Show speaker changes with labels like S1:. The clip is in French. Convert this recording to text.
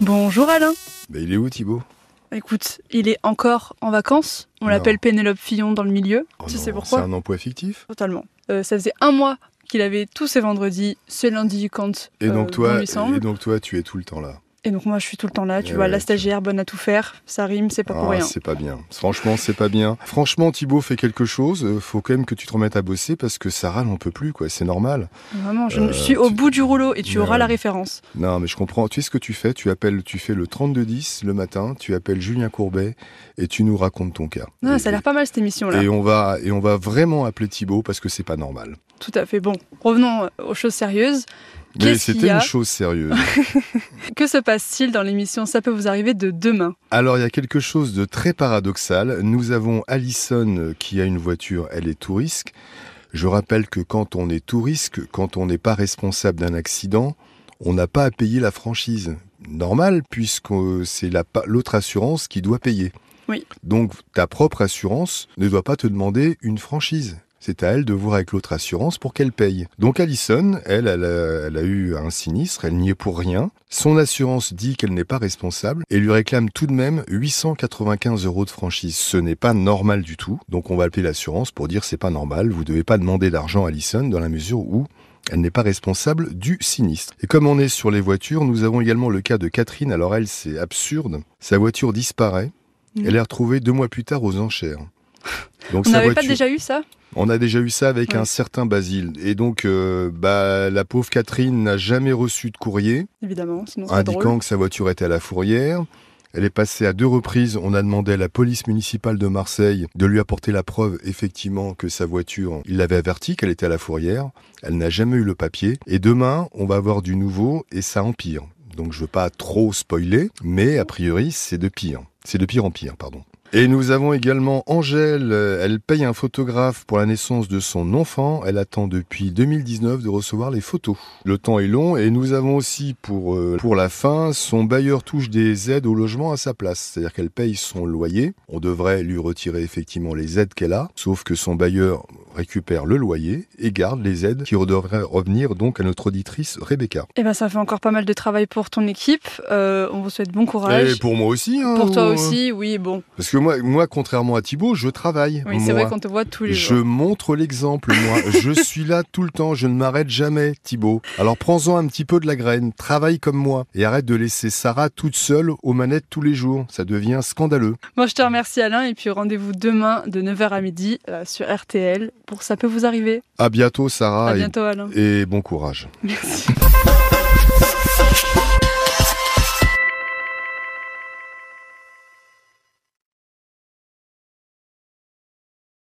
S1: Bonjour Alain.
S2: Bah, il est où Thibaut
S1: Écoute, il est encore en vacances. On l'appelle Pénélope Fillon dans le milieu.
S2: Oh
S1: tu
S2: non,
S1: sais pourquoi
S2: C'est un emploi fictif
S1: Totalement. Euh, ça faisait un mois qu'il avait tous ses vendredis, ce lundi du compte.
S2: et donc, toi,
S1: lui semble.
S2: et donc toi, tu es tout le temps là.
S1: Et donc moi je suis tout le temps là, tu
S2: Eh
S1: vois,
S2: ouais,
S1: la
S2: tu-
S1: stagiaire, bonne à tout faire, ça rime, c'est pas pour
S2: Ah,
S1: rien.
S2: c'est pas bien. Franchement, c'est pas bien. Franchement, Thibaut fait quelque chose. Euh, Faut quand même que tu te remettes à bosser parce que Sarah n'en peut plus, quoi. C'est normal.
S1: Vraiment, je
S2: Euh,
S1: suis au
S2: tu-
S1: bout du rouleau et tu
S2: Mais
S1: auras
S2: ouais.
S1: la référence.
S2: Non, mais je comprends. Tu sais ce que tu fais Tu appelles, tu fais le 3210 le matin. Tu appelles Julien Courbet et tu nous racontes ton cas.
S1: Non,
S2: Et-
S1: Ah, ça a l'air pas mal cette émission là.
S2: Et on va, et on va vraiment appeler Thibaut parce que c'est pas normal.
S1: Tout à fait. Bon, revenons aux choses sérieuses.
S2: Mais
S1: Qu'est-ce qu'il y
S2: c'était
S1: a
S2: une chose sérieuse.
S1: Que se passe-t-il dans l'émission Ça peut vous arriver de demain.
S2: Alors, il y a quelque chose de très paradoxal. Nous avons Allison euh, qui a une voiture, elle est tout risque. Je rappelle que quand on est tout risque, quand on n'est pas responsable d'un accident, on n'a pas à payer la franchise. Normal, puisque euh, c'est la pa- l'autre assurance qui doit payer.
S1: Oui.
S2: Donc, ta propre assurance ne doit pas te demander une franchise. C'est à elle de voir avec l'autre assurance pour qu'elle paye. Donc Allison, elle, elle a, elle a eu un sinistre, elle n'y est pour rien. Son assurance dit qu'elle n'est pas responsable et lui réclame tout de même 895 euros de franchise. Ce n'est pas normal du tout. Donc on va appeler l'assurance pour dire c'est pas normal, vous ne devez pas demander d'argent à Allison dans la mesure où elle n'est pas responsable du sinistre. Et comme on est sur les voitures, nous avons également le cas de Catherine. Alors elle, c'est absurde. Sa voiture disparaît.
S1: Mmh.
S2: Elle est retrouvée deux mois plus tard aux enchères. Donc
S1: On
S2: sa
S1: n'avait pas
S2: voiture-
S1: déjà eu ça
S2: on a déjà eu ça avec
S1: Ouais.
S2: un certain Basile. Et donc, euh, bah, la pauvre Catherine n'a jamais reçu de courrier
S1: Évidemment, sinon c'est pas
S2: indiquant
S1: drôle.
S2: que sa voiture était à la fourrière. Elle est passée à deux reprises. On a demandé à la police municipale de Marseille de lui apporter la preuve, effectivement, que sa voiture, il l'avait averti qu'elle était à la fourrière. Elle n'a jamais eu le papier. Et demain, on va avoir du nouveau et ça empire. Donc, je veux pas trop spoiler, mais a priori, c'est de pire. C'est de pire en pire, pardon. Et nous avons également Angèle. Euh, Elle paye un photographe pour la naissance de son enfant. Elle attend depuis 2019 de recevoir les photos. Le temps est long et nous avons aussi pour, euh, pour la fin, son bailleur touche des aides au logement à sa place. C'est-à-dire qu'elle paye son loyer. On devrait lui retirer effectivement les aides qu'elle a, sauf que son bailleur récupère le loyer et garde les aides qui devraient revenir donc à notre auditrice Rebecca.
S1: Eh ben, ça fait encore pas mal de travail pour ton équipe. Euh, on vous souhaite bon courage.
S2: Et pour moi aussi. hein,
S1: Pour toi
S2: euh,
S1: aussi, oui, bon.
S2: Parce que moi, moi contrairement à Thibaut, je travaille.
S1: Oui, c'est
S2: moi.
S1: vrai qu'on te voit tous les
S2: Je
S1: jours.
S2: montre l'exemple, moi. je suis là tout le temps, je ne m'arrête jamais, Thibaut. Alors prends-en un petit peu de la graine, travaille comme moi et arrête de laisser Sarah toute seule aux manettes tous les jours. Ça devient scandaleux.
S1: Moi, je te remercie, Alain, et puis rendez-vous demain de 9h à midi euh, sur RTL pour Ça peut vous arriver.
S2: À bientôt, Sarah,
S1: à
S2: et-
S1: bientôt, Alain.
S2: et bon courage.
S1: Merci.